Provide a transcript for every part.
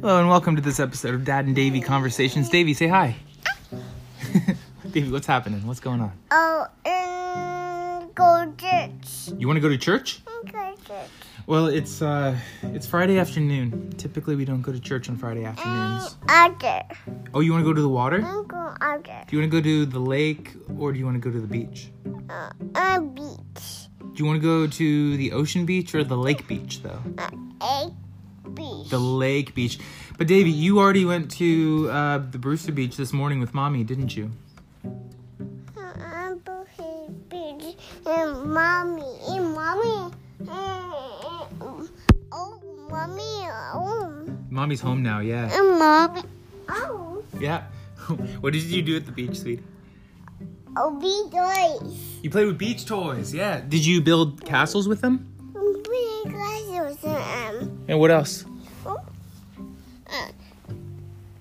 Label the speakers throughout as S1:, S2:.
S1: Hello and welcome to this episode of Dad and Davy Conversations. Davy, say hi. Davy, what's happening? What's going on?
S2: Oh, and go church.
S1: You want to go to church?
S2: Go church.
S1: Well, it's uh, it's Friday afternoon. Typically, we don't go to church on Friday afternoons.
S2: Other.
S1: Oh, you want to go to the water? Do
S2: I'm going other.
S1: you want to go to the lake or do you want to go to the beach?
S2: Uh, a beach.
S1: Do you want to go to the ocean beach or the lake beach though?
S2: Uh, a beach.
S1: The lake beach. But Davy, you already went to uh, the Brewster Beach this morning with mommy, didn't you?
S2: I'm going beach. And mommy. And mommy. And, oh, mommy. Oh.
S1: Mommy's home now. Yeah.
S2: And mommy. Oh.
S1: Yeah. what did you do at the beach, sweetie?
S2: Oh, be nice.
S1: You played with beach toys. Yeah. Did you build castles with them?
S2: Pretty glasses. Um.
S1: And what else?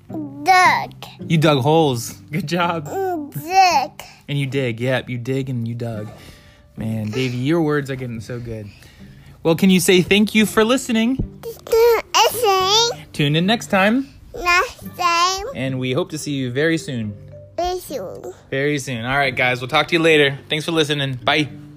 S2: Uh, duck.
S1: You dug holes. Good job.
S2: Mm, Duck.
S1: And you dig, yep, you dig and you dug. Man, Davey, your words are getting so good. Well, can you say thank you for listening?
S2: Essay.
S1: Tune in next time,
S2: Last time.
S1: and we hope to see you very soon.
S2: Issue.
S1: Very soon. All right, guys, we'll talk to you later. Thanks for listening. Bye.